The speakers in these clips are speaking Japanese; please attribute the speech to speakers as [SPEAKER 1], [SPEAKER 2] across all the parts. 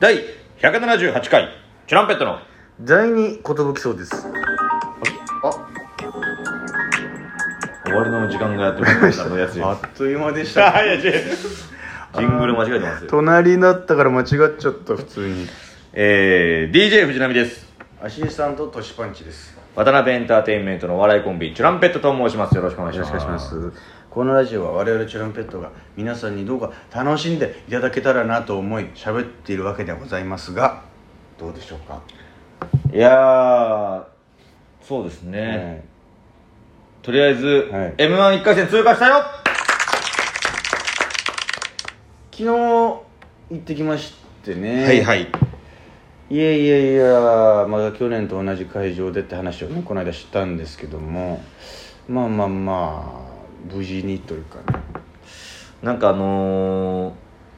[SPEAKER 1] 第178回チュランペットの
[SPEAKER 2] 第二寿そうですあ
[SPEAKER 1] 終わりの時間がやってまいりました のやつ
[SPEAKER 2] あっという間でした
[SPEAKER 1] あいや違うジングル間違えてますよ
[SPEAKER 2] 隣になったから間違っちゃった普通に
[SPEAKER 1] えー、DJ 藤波です
[SPEAKER 2] アシスタントトシパンチです
[SPEAKER 1] 渡辺エンターテインメントのお笑いコンビチュランペットと申しますよろしくお願いし
[SPEAKER 2] よろ
[SPEAKER 1] ま
[SPEAKER 2] し
[SPEAKER 1] す
[SPEAKER 2] くお願いしますこのラジオは我々チュランペットが皆さんにどうか楽しんでいただけたらなと思い喋っているわけでございますがどうでしょうか、
[SPEAKER 1] いやーそうですね、とりあえず、
[SPEAKER 2] はい
[SPEAKER 1] m 1 1回戦通過したよ
[SPEAKER 2] 昨日行ってきましてね
[SPEAKER 1] い
[SPEAKER 2] いやいやいやまだ去年と同じ会場でって話をねこの間したんですけどもまあまあまあ無事にというかね
[SPEAKER 1] なんかあの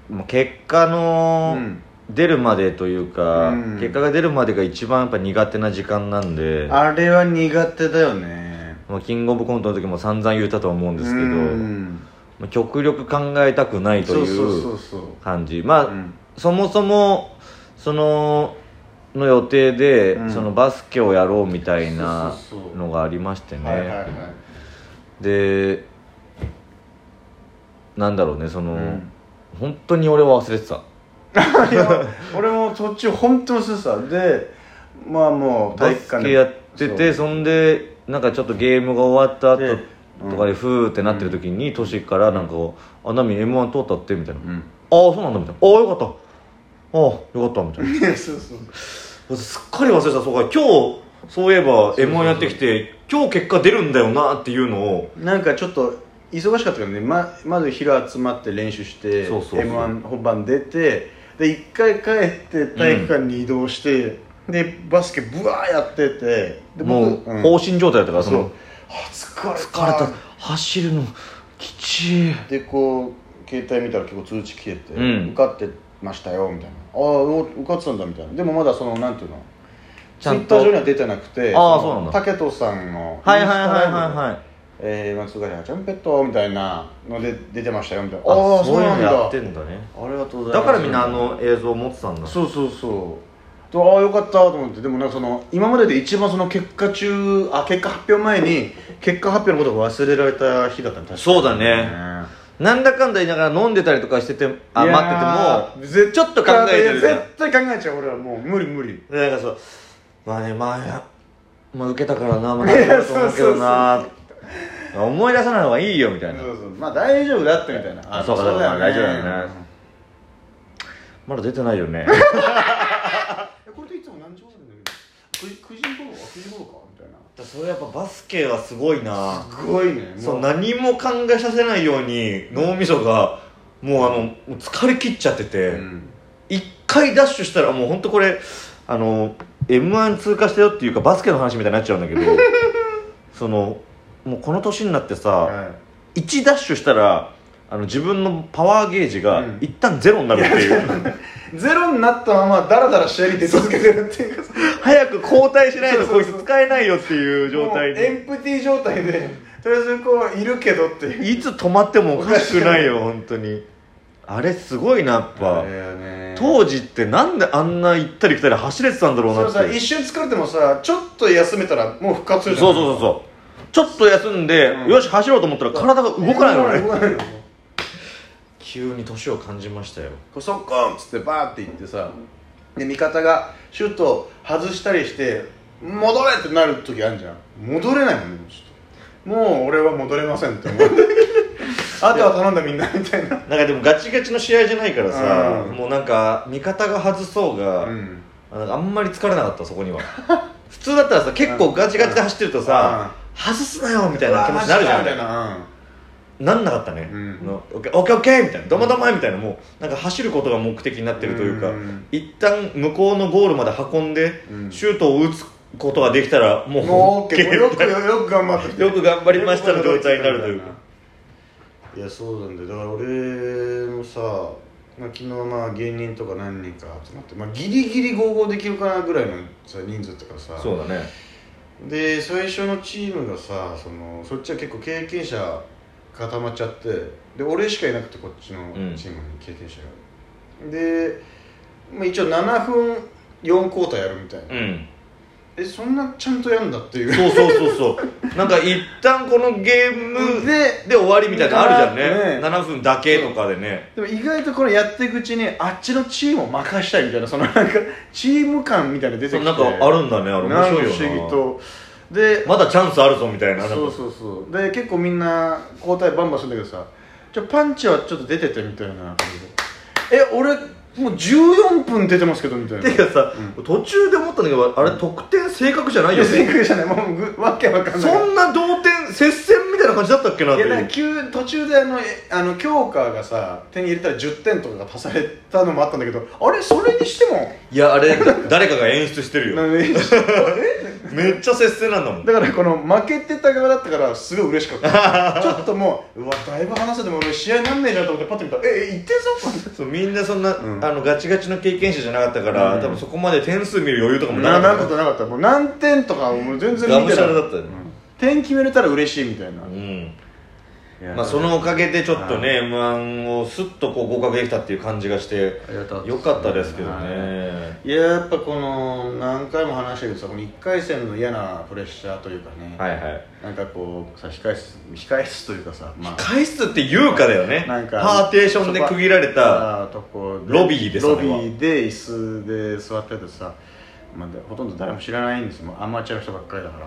[SPEAKER 1] ーもう結果の
[SPEAKER 2] うん
[SPEAKER 1] 出るまでというか、
[SPEAKER 2] うん
[SPEAKER 1] 結果が出るまでが一番やっぱ苦手な時間なんで
[SPEAKER 2] あれは苦手だよね
[SPEAKER 1] まあ、キングオブコントの時も散々言ったとは思うんですけど、
[SPEAKER 2] うん
[SPEAKER 1] まあ極力考えたくないと
[SPEAKER 2] そうそう
[SPEAKER 1] い
[SPEAKER 2] そううそう
[SPEAKER 1] 感じまあ、
[SPEAKER 2] うん
[SPEAKER 1] そもそもそのの予定で、
[SPEAKER 2] うん
[SPEAKER 1] そのバスケをやろうみたいな
[SPEAKER 2] そうそうそう
[SPEAKER 1] のがありましてね、
[SPEAKER 2] はいはいはい
[SPEAKER 1] でなんだろうねその、
[SPEAKER 2] うん
[SPEAKER 1] 本当に俺は忘れてた
[SPEAKER 2] いや俺も途中本当にそうさでまあもう
[SPEAKER 1] バスケやってて
[SPEAKER 2] そ
[SPEAKER 1] そんでなんかちょっとゲームが終わった後
[SPEAKER 2] で
[SPEAKER 1] とかでふーってなってる時にトシからなんかこう「あナミ m 1通ったって」みたいな「
[SPEAKER 2] う
[SPEAKER 1] ああそ
[SPEAKER 2] ん
[SPEAKER 1] うなんだ」みたいな「ああよかった」ああよかったみたい
[SPEAKER 2] いやそうそう
[SPEAKER 1] なすっかり忘れてたそうか今日そういえば m 1やってきて今日結果出るんだよなっていうのを
[SPEAKER 2] なんかちょっと忙しかったからねままず昼集まって練習して
[SPEAKER 1] そうそうそう
[SPEAKER 2] m 1本番出てで一回帰って体育館に移動して、でバスケブワーやっててで僕
[SPEAKER 1] もうん放心状態だったからそ
[SPEAKER 2] そう
[SPEAKER 1] の
[SPEAKER 2] あ疲れた
[SPEAKER 1] 疲れた走るのきちい
[SPEAKER 2] でこう携帯見たら結構通知来てて、
[SPEAKER 1] うん
[SPEAKER 2] 受かってましたよみたいなああ受かってたんだみたいなでもまだそのなんていうの
[SPEAKER 1] ち
[SPEAKER 2] ツ
[SPEAKER 1] ゃ
[SPEAKER 2] イ
[SPEAKER 1] んと
[SPEAKER 2] ッター上には出てなくて
[SPEAKER 1] ああ
[SPEAKER 2] の
[SPEAKER 1] そうなんだ
[SPEAKER 2] タケトさんの
[SPEAKER 1] はいはいはいはいはい
[SPEAKER 2] えー、松ヶ谷チャンペットみたいなので出てましたよみたいな
[SPEAKER 1] あそういうのやってんだね
[SPEAKER 2] ありがとうございます
[SPEAKER 1] だからみんなあの映像を持ってたんだ
[SPEAKER 2] そうそうそうとああよかったと思ってでもなんかその今までで一番その結果中あ結果発表前に結果発表のことを忘れられた日だったんだ
[SPEAKER 1] そうだねなんだかんだ言いながら飲んでたりとかしててあ待っててもちょっと考えてるじゃん
[SPEAKER 2] 絶対考えちゃう俺はもう無理無理
[SPEAKER 1] でなんかそうまあねまあ、まあ、受けたから なまあ大丈夫だと思うけどな思い出さない方がいいよみた
[SPEAKER 2] そ
[SPEAKER 1] い
[SPEAKER 2] う
[SPEAKER 1] な
[SPEAKER 2] そうまあ大丈夫だったみたいな
[SPEAKER 1] あそうかそうか大丈夫だよねまだ出てないよ ね
[SPEAKER 2] えこれでいつも何時頃なんだけど 9, 時頃か9時頃かみたいな
[SPEAKER 1] それやっぱバスケはすごいな
[SPEAKER 2] すごいね
[SPEAKER 1] そう
[SPEAKER 2] もう
[SPEAKER 1] 何も考えさせないように脳みそがもうあのもう疲れ切っちゃってて、
[SPEAKER 2] うん
[SPEAKER 1] 一回ダッシュしたらもう本当これあの m 1通過したよっていうかバスケの話みたいになっちゃうんだけ どそのもうこの年になってさ、
[SPEAKER 2] は
[SPEAKER 1] 一1ダッシュしたらあの自分のパワーゲージが
[SPEAKER 2] うん
[SPEAKER 1] 一旦ゼロになるっていう、
[SPEAKER 2] いゼロになったままダラダラ試合に出続けてるっていうか
[SPEAKER 1] 早く交代しないと
[SPEAKER 2] そ
[SPEAKER 1] こ
[SPEAKER 2] う
[SPEAKER 1] い
[SPEAKER 2] そ
[SPEAKER 1] つ
[SPEAKER 2] うそう
[SPEAKER 1] 使えないよっていう状態
[SPEAKER 2] もうエンプティ状態でとりあえずこういるけどっていう
[SPEAKER 1] にいつ止まってもおかしくないよ本当にあれすごいなやっぱ、当時ってなんであんな行ったり来たり走れてたんだろう
[SPEAKER 2] そ
[SPEAKER 1] な
[SPEAKER 2] う
[SPEAKER 1] っ
[SPEAKER 2] さ
[SPEAKER 1] て
[SPEAKER 2] 一瞬疲れてもさちょっと休めたらもう復活す
[SPEAKER 1] そう
[SPEAKER 2] るじゃん
[SPEAKER 1] そうそうそうちょっと休んで、
[SPEAKER 2] うん
[SPEAKER 1] よし走ろうと思ったら体が動かないのね
[SPEAKER 2] 動かないの
[SPEAKER 1] 急に年を感じましたよ
[SPEAKER 2] こう速攻っつってバーっていってさで味方がシュートを外したりして戻れってなる時あるじゃん戻れないもんねちょっともう俺は戻れませんって思 うあとは頼んだみんなみたいな
[SPEAKER 1] なんかでもガチガチの試合じゃないからさ、
[SPEAKER 2] うん
[SPEAKER 1] もうなんか味方が外そうが、
[SPEAKER 2] うん
[SPEAKER 1] あなんかあんまり疲れなかったそこには 普通だったらさ結構ガチガチで走ってるとさ、外すなよみたいな気持ちになるじゃ
[SPEAKER 2] みたい
[SPEAKER 1] ん
[SPEAKER 2] なうん
[SPEAKER 1] なんなかったね、
[SPEAKER 2] うん
[SPEAKER 1] のオッケーオッケーオッケーみたいなどまどまみたいなもうなんか走ることが目的になってるというか、
[SPEAKER 2] うん
[SPEAKER 1] 一旦向こうのゴールまで運んで、
[SPEAKER 2] うん
[SPEAKER 1] シュートを打つことができたらもう
[SPEAKER 2] もう OK
[SPEAKER 1] みたいな
[SPEAKER 2] よくよく頑張って
[SPEAKER 1] よく頑張りましたの状態になるというか
[SPEAKER 2] いやそうなんだよだから俺もさ、まあ、昨日まあ芸人とか何人か集まって、まあ、ギリギリ合合できるかなぐらいのさ人数だったからさ
[SPEAKER 1] そうだね
[SPEAKER 2] で最初のチームがさそのそっちは結構経験者固まっちゃってで俺しかいなくてこっちのチームに経験者が、でまあ、一応7分4クォーターやるみたいな、
[SPEAKER 1] うん
[SPEAKER 2] えそんなちゃんとやんだっていう
[SPEAKER 1] そうそうそうそう なんか一旦このゲーム
[SPEAKER 2] で
[SPEAKER 1] で終わりみたいなのあるじゃんね
[SPEAKER 2] ね
[SPEAKER 1] 7分だけとかでね
[SPEAKER 2] でも意外とこれやっていくうちにあっちのチームを任したいみたいなそのなんかチーム感みたいなの出て
[SPEAKER 1] そ
[SPEAKER 2] き
[SPEAKER 1] う
[SPEAKER 2] て
[SPEAKER 1] なんかあるんだねあれ面白いよ
[SPEAKER 2] なんか不
[SPEAKER 1] な
[SPEAKER 2] 思議とで、
[SPEAKER 1] まだチャンスあるぞみたいななんか
[SPEAKER 2] そうそうそうで結構みんな交代バンバンするんだけどさじゃあパンチはちょっと出ててみたいな感じでえ俺もう14分出てますけどみたいな
[SPEAKER 1] てかさ、途中で思ったんだけどあれ得点正確じゃない
[SPEAKER 2] い
[SPEAKER 1] よ
[SPEAKER 2] や
[SPEAKER 1] ね
[SPEAKER 2] 正解じゃないもうぐわけわかんない
[SPEAKER 1] そんな同点接戦みたいな感じだったっけなっ
[SPEAKER 2] い
[SPEAKER 1] て
[SPEAKER 2] や
[SPEAKER 1] い
[SPEAKER 2] だから
[SPEAKER 1] う
[SPEAKER 2] 急途中であのえあの強化がさ手に入れたら10点とかが足されたのもあったんだけどあれそれにしても
[SPEAKER 1] いやあれ誰かが演出してるよ
[SPEAKER 2] なんで
[SPEAKER 1] めっちゃ接戦なんだもん
[SPEAKER 2] だからこの負けてた側だったからすごい嬉しか ったちょっともううわだいぶ離せても俺試合なんねえなと思ってパッと見たらええ1点差
[SPEAKER 1] そうみんなそんな、
[SPEAKER 2] うん
[SPEAKER 1] あのガチガチの経験者じゃなかったから、
[SPEAKER 2] うん
[SPEAKER 1] 多分そこまで点数見る余裕とかも
[SPEAKER 2] な
[SPEAKER 1] な
[SPEAKER 2] な
[SPEAKER 1] か
[SPEAKER 2] ん
[SPEAKER 1] った
[SPEAKER 2] ことなかったもう何点とかもう全然見て
[SPEAKER 1] が
[SPEAKER 2] ない
[SPEAKER 1] むしゃらだったよね
[SPEAKER 2] うん点決めれたら嬉しいみたいな、
[SPEAKER 1] うん
[SPEAKER 2] いや
[SPEAKER 1] まあ、そのおかげでちょっとね m 1をスッとこう合格できたっていう感じがして
[SPEAKER 2] ありがたかったです
[SPEAKER 1] よかったですけど
[SPEAKER 2] は
[SPEAKER 1] ね
[SPEAKER 2] いややっぱこの何回も話したけどさこの1回戦の嫌なプレッシャーというかね、
[SPEAKER 1] はいはい
[SPEAKER 2] なんかこうさ控え室控え室というかさ、まあ、
[SPEAKER 1] 返すっていうかだよ ね
[SPEAKER 2] なんか
[SPEAKER 1] パーテーションで区切られた
[SPEAKER 2] あーとこ
[SPEAKER 1] ロビーです
[SPEAKER 2] ロ
[SPEAKER 1] そ
[SPEAKER 2] ビ
[SPEAKER 1] れは
[SPEAKER 2] ーで椅子で座っててさ、まあ、でほとんど誰も知らないんですよもうアマチュアの人ばっかりだから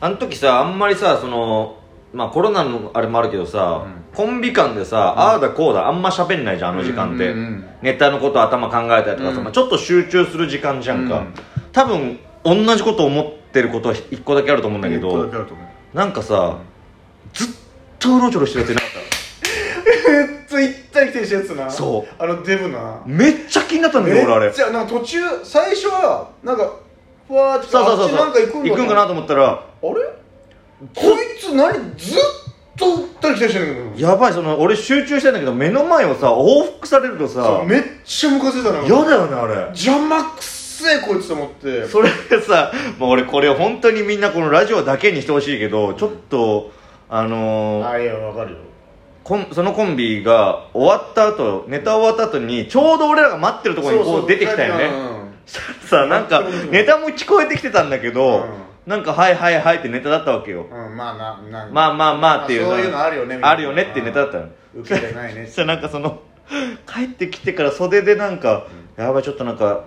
[SPEAKER 1] あの時さあんまりさそのまあコロナのあれもあるけどさ、
[SPEAKER 2] うん
[SPEAKER 1] コンビ間でさ、ああだこうだあんま喋んないじゃんあの時間って、
[SPEAKER 2] うんうんうん
[SPEAKER 1] ネタのこと頭考えたりとかさ、
[SPEAKER 2] うん
[SPEAKER 1] まあ、ちょっと集中する時間じゃんか、
[SPEAKER 2] うん
[SPEAKER 1] 多分同じこと思ってることは一個だけあると思うんだけ
[SPEAKER 2] 一個だ
[SPEAKER 1] ど
[SPEAKER 2] けあると思う
[SPEAKER 1] なんかさ、ずっとうろちょろしてるやついなかっ
[SPEAKER 2] ずっと行ったり来たりしてるやつな
[SPEAKER 1] そう
[SPEAKER 2] あのデブな
[SPEAKER 1] ためっちゃ気になったんだけど俺あ
[SPEAKER 2] め
[SPEAKER 1] れ
[SPEAKER 2] っちゃなんか途中最初はなんかふわーって
[SPEAKER 1] そうそうそう
[SPEAKER 2] あっ
[SPEAKER 1] そ
[SPEAKER 2] ち
[SPEAKER 1] う
[SPEAKER 2] なんか行くん
[SPEAKER 1] 行くんかなと思ったら
[SPEAKER 2] あれこいつ何ずっと行ったり来たりしてるんだけど
[SPEAKER 1] やばいその俺集中してんだけど目の前をさ往復されるとさ
[SPEAKER 2] そうめっちゃムカついたな
[SPEAKER 1] 嫌だよねあれ
[SPEAKER 2] 邪魔くっせえこいつと思って
[SPEAKER 1] それでさ、まあ、俺これ本当にみんなこのラジオだけにしてほしいけどちょっとあのー
[SPEAKER 2] あいやわかるよ
[SPEAKER 1] コンそのコンビが終わった後ネタ終わった後にちょうど俺らが待ってるところにこう出てきたよねそしたらさなんかネタも聞こえてきてたんだけど、
[SPEAKER 2] う
[SPEAKER 1] なんか「はいはいはい」ってネタだったわけよ、
[SPEAKER 2] うん、うんまあななん
[SPEAKER 1] まあまあまあっていう
[SPEAKER 2] そういうのあるよねみたいな
[SPEAKER 1] あるよねっていうネタだったの
[SPEAKER 2] 受けてない ね
[SPEAKER 1] そしたらなんかその帰ってきてから袖でなんか、やばいちょっとなんか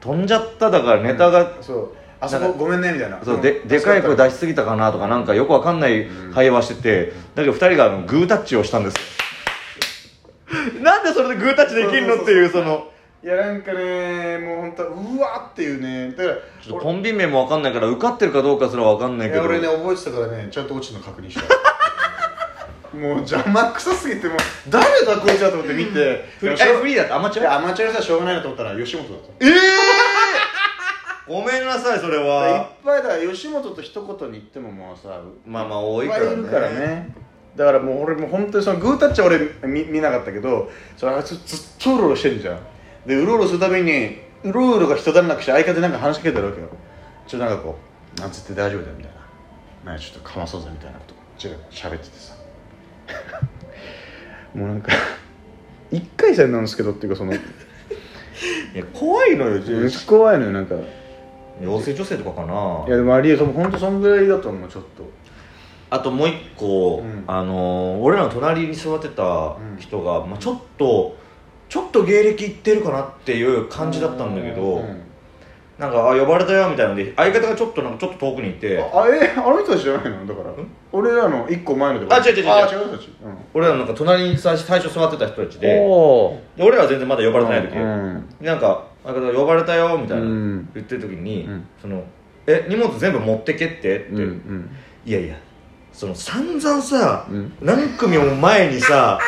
[SPEAKER 1] 飛んじゃっただからネタが、
[SPEAKER 2] そうあそこごめんねみたいな
[SPEAKER 1] そうででかい声
[SPEAKER 2] だ
[SPEAKER 1] 出しすぎたかなとかなんかよくわかんない会話してて、だけど2人があのグータッチをしたんですよなんでそれでグータッチできんのっていうその
[SPEAKER 2] いやなんかねもう本当うわっていうねだから
[SPEAKER 1] ちょっとコンビ名もわかんないから受かってるかどうかすらわかんない
[SPEAKER 2] い
[SPEAKER 1] け
[SPEAKER 2] や
[SPEAKER 1] ど
[SPEAKER 2] 俺ね覚えてたからねちゃんと落ちるの確認した もう邪魔くさすぎてもう誰だこいつだと思って見て
[SPEAKER 1] フリー
[SPEAKER 2] いや
[SPEAKER 1] えフリーだったアマチ
[SPEAKER 2] い
[SPEAKER 1] ュア
[SPEAKER 2] やアマチュアの人はしょうがないなと思ったら吉本だった
[SPEAKER 1] ええー、ごめんなさいそれ
[SPEAKER 2] いっ
[SPEAKER 1] は
[SPEAKER 2] ぱいだから吉本と一言に言ってももうさ
[SPEAKER 1] まあまあ多
[SPEAKER 2] い
[SPEAKER 1] い
[SPEAKER 2] っ
[SPEAKER 1] か
[SPEAKER 2] ぱ
[SPEAKER 1] らね
[SPEAKER 2] いいるからねだからもう俺もう本当にそのグータッチは俺見見なかったけどそれあいつずっとうろうろしてんじゃんでうろうろするたびにうろうろが一段落して相方になんか話しかけてるわけよちょっとなんかこう「なんつって大丈夫だよ」みたいな「なんかちょっとかまそうぜ」みたいなことちょっと喋っててさ もうなんか1回戦なんですけどっていう かその
[SPEAKER 1] いや怖いのよ
[SPEAKER 2] 息子はやのよなんか
[SPEAKER 1] 妖精女性とかか
[SPEAKER 2] い
[SPEAKER 1] な
[SPEAKER 2] やでもありえその本当そんぐらいだと思うちょっと
[SPEAKER 1] あともう一個、
[SPEAKER 2] うん
[SPEAKER 1] あのー俺らの隣に座ってた人が、まあ、ちょっとちょっと芸歴いってるかなっていう感じだったんだけど、
[SPEAKER 2] うん
[SPEAKER 1] なんかあ呼ばれたよみたいなので相方がちょっとなんかちょっと遠くにいて
[SPEAKER 2] あえあの人たちじゃないのだから俺らの一個前ので
[SPEAKER 1] あ違う違う違う
[SPEAKER 2] あ違う人たち
[SPEAKER 1] 俺らなんか隣に最初最初座ってた人たち
[SPEAKER 2] うん
[SPEAKER 1] でで俺らは全然まだ呼ばれてない時、
[SPEAKER 2] うん
[SPEAKER 1] でなんか相方が呼ばれたよみたいな、
[SPEAKER 2] うん
[SPEAKER 1] 言ってる時に、
[SPEAKER 2] うん
[SPEAKER 1] そのえ荷物全部持ってけってって、
[SPEAKER 2] うんうん
[SPEAKER 1] いやいやその散々さ、
[SPEAKER 2] うん
[SPEAKER 1] 何組も前にさ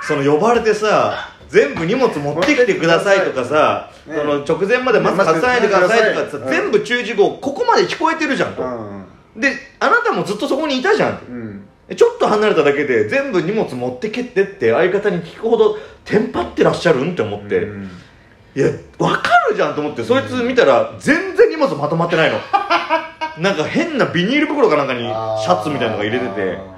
[SPEAKER 1] その呼ばれてさ全部荷物持ってきてくださいとかさ、
[SPEAKER 2] ね
[SPEAKER 1] その直前までマスク外さないでくださいとかさ、
[SPEAKER 2] うん
[SPEAKER 1] 全部注意事項ここまで聞こえてるじゃんと、であなたもずっとそこにいたじゃん
[SPEAKER 2] うん
[SPEAKER 1] ちょっと離れただけで全部荷物持ってけってって相方に聞くほどテンパってらっしゃるんって思って、
[SPEAKER 2] うん
[SPEAKER 1] いやわかるじゃんと思ってそいつ見たら全然荷物まとまってない のなんか変なビニール袋かなんかにシャツみたいなのが入れてて
[SPEAKER 2] あ
[SPEAKER 1] も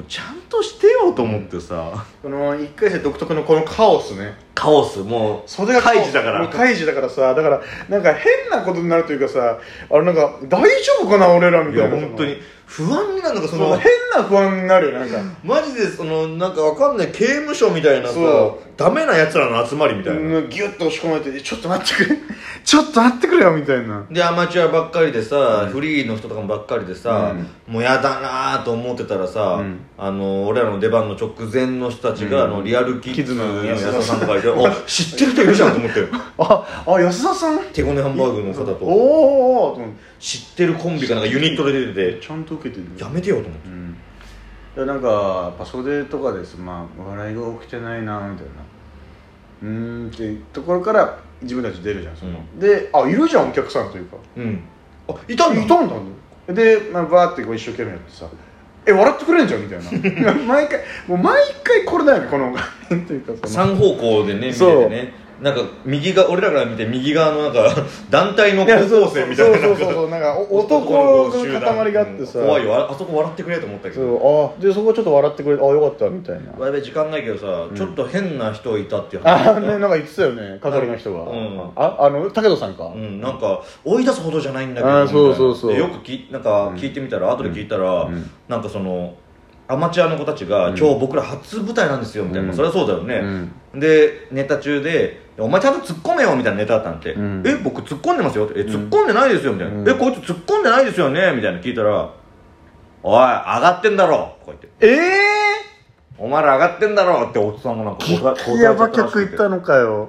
[SPEAKER 1] うちゃんとしてよと思ってさ
[SPEAKER 2] ーこの一回戦独特のこのカオスね
[SPEAKER 1] カオスもう
[SPEAKER 2] 袖が
[SPEAKER 1] 開示だから
[SPEAKER 2] もう開示だからさだからなんか変なことになるというかさあれなんか大丈夫かな俺らみ
[SPEAKER 1] い
[SPEAKER 2] た
[SPEAKER 1] や
[SPEAKER 2] いな
[SPEAKER 1] 本当に不安になるのかそ
[SPEAKER 2] その
[SPEAKER 1] の
[SPEAKER 2] 変な不安になるよなんか
[SPEAKER 1] マジでそのなんかわかんない刑務所みたいなさ
[SPEAKER 2] そ
[SPEAKER 1] ダメなやつらの集まりみたいな、
[SPEAKER 2] うんギュッと押し込まれて「ちょっと待ってくれ ちょっと待ってくれよ」みたいな
[SPEAKER 1] でアマチュアばっかりでさ、フリーの人とかもばっかりでさ、もうやだなーと思ってたらさ、
[SPEAKER 2] うん
[SPEAKER 1] あの俺らの出番の直前の人たちが、あのリアルキッズの安田さんとかいて「お知ってる人いるじゃん」と思って
[SPEAKER 2] ああ安田さん
[SPEAKER 1] 手ごねハンバーグの方
[SPEAKER 2] おー
[SPEAKER 1] と
[SPEAKER 2] おーおーと思って
[SPEAKER 1] 知ってるコンビがなんかユニットで出てて
[SPEAKER 2] ちゃんと受けてる
[SPEAKER 1] やめてよと思って
[SPEAKER 2] うんいやなんかやっぱ袖とかですまあ笑いが起きてないなみたいなうーんっていうところから自分たち出るじゃんその、
[SPEAKER 1] う
[SPEAKER 2] であいるじゃんお客さんというか
[SPEAKER 1] うんあいたんだ
[SPEAKER 2] いたんだで、まあ、バーってこう一生懸命やってさ「え笑ってくれんじゃん」みたいな 毎回もう毎回これだよねこの画 面というかそ
[SPEAKER 1] 3
[SPEAKER 2] の
[SPEAKER 1] 方向でね見て
[SPEAKER 2] そう
[SPEAKER 1] てねなんか右が俺らから見て右側のなんか 団体の
[SPEAKER 2] いやそう
[SPEAKER 1] 高校生みたいな
[SPEAKER 2] そ
[SPEAKER 1] な
[SPEAKER 2] うそうそうそうなんかお男
[SPEAKER 1] の
[SPEAKER 2] の
[SPEAKER 1] 集団
[SPEAKER 2] 塊があってさ
[SPEAKER 1] 怖いよああそこ笑ってくれと思ったけ
[SPEAKER 2] そ
[SPEAKER 1] ど
[SPEAKER 2] うあでそこちょっと笑ってくれてあよかったみたいな
[SPEAKER 1] やべ時間ないけどさ、ちょっと変な人いたっていう話
[SPEAKER 2] あねなんか言ってたよね係の人が、
[SPEAKER 1] うん
[SPEAKER 2] ああの武田さんか、
[SPEAKER 1] うん、なんか追い出すほどじゃないんだけど
[SPEAKER 2] あー
[SPEAKER 1] みたいな
[SPEAKER 2] そうそうそう
[SPEAKER 1] でよくきなんか聞いてみたら、後で聞いたら、
[SPEAKER 2] うん
[SPEAKER 1] なんかそのアマチュアの子たちが、今日僕ら初舞台なんですよみたいな、
[SPEAKER 2] うん
[SPEAKER 1] そりゃそうだよね、でネタ中で「お前ちゃんと突っ込めよ」みたいなネタあったんて「
[SPEAKER 2] うん
[SPEAKER 1] え僕突っ込んでますよ」って「え突っ込んでないですよ」みたいな「
[SPEAKER 2] うん
[SPEAKER 1] えこいつ突っ込んでないですよね」みたいな聞いたら「おい上がってんだろ」こう言って
[SPEAKER 2] ええ
[SPEAKER 1] 「お前ら上がってんだろ」っておっさんもなんか答え答えちゃ
[SPEAKER 2] ヤ
[SPEAKER 1] った
[SPEAKER 2] バ
[SPEAKER 1] らしくて
[SPEAKER 2] 客行ったのかよ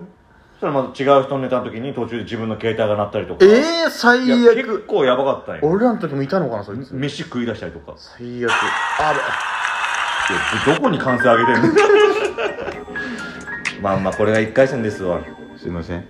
[SPEAKER 1] そしたらまた違う人のネタの時に途中で自分の携帯が鳴ったりとか
[SPEAKER 2] ええ最
[SPEAKER 1] いや結
[SPEAKER 2] 悪
[SPEAKER 1] 構やばかったんよ
[SPEAKER 2] 俺らの時もいたのかなそいつ
[SPEAKER 1] 飯食い出したりとか
[SPEAKER 2] 最悪あ
[SPEAKER 1] いやどこ に歓声上げてんのまあまあこれが1回戦ですわ
[SPEAKER 2] れすいません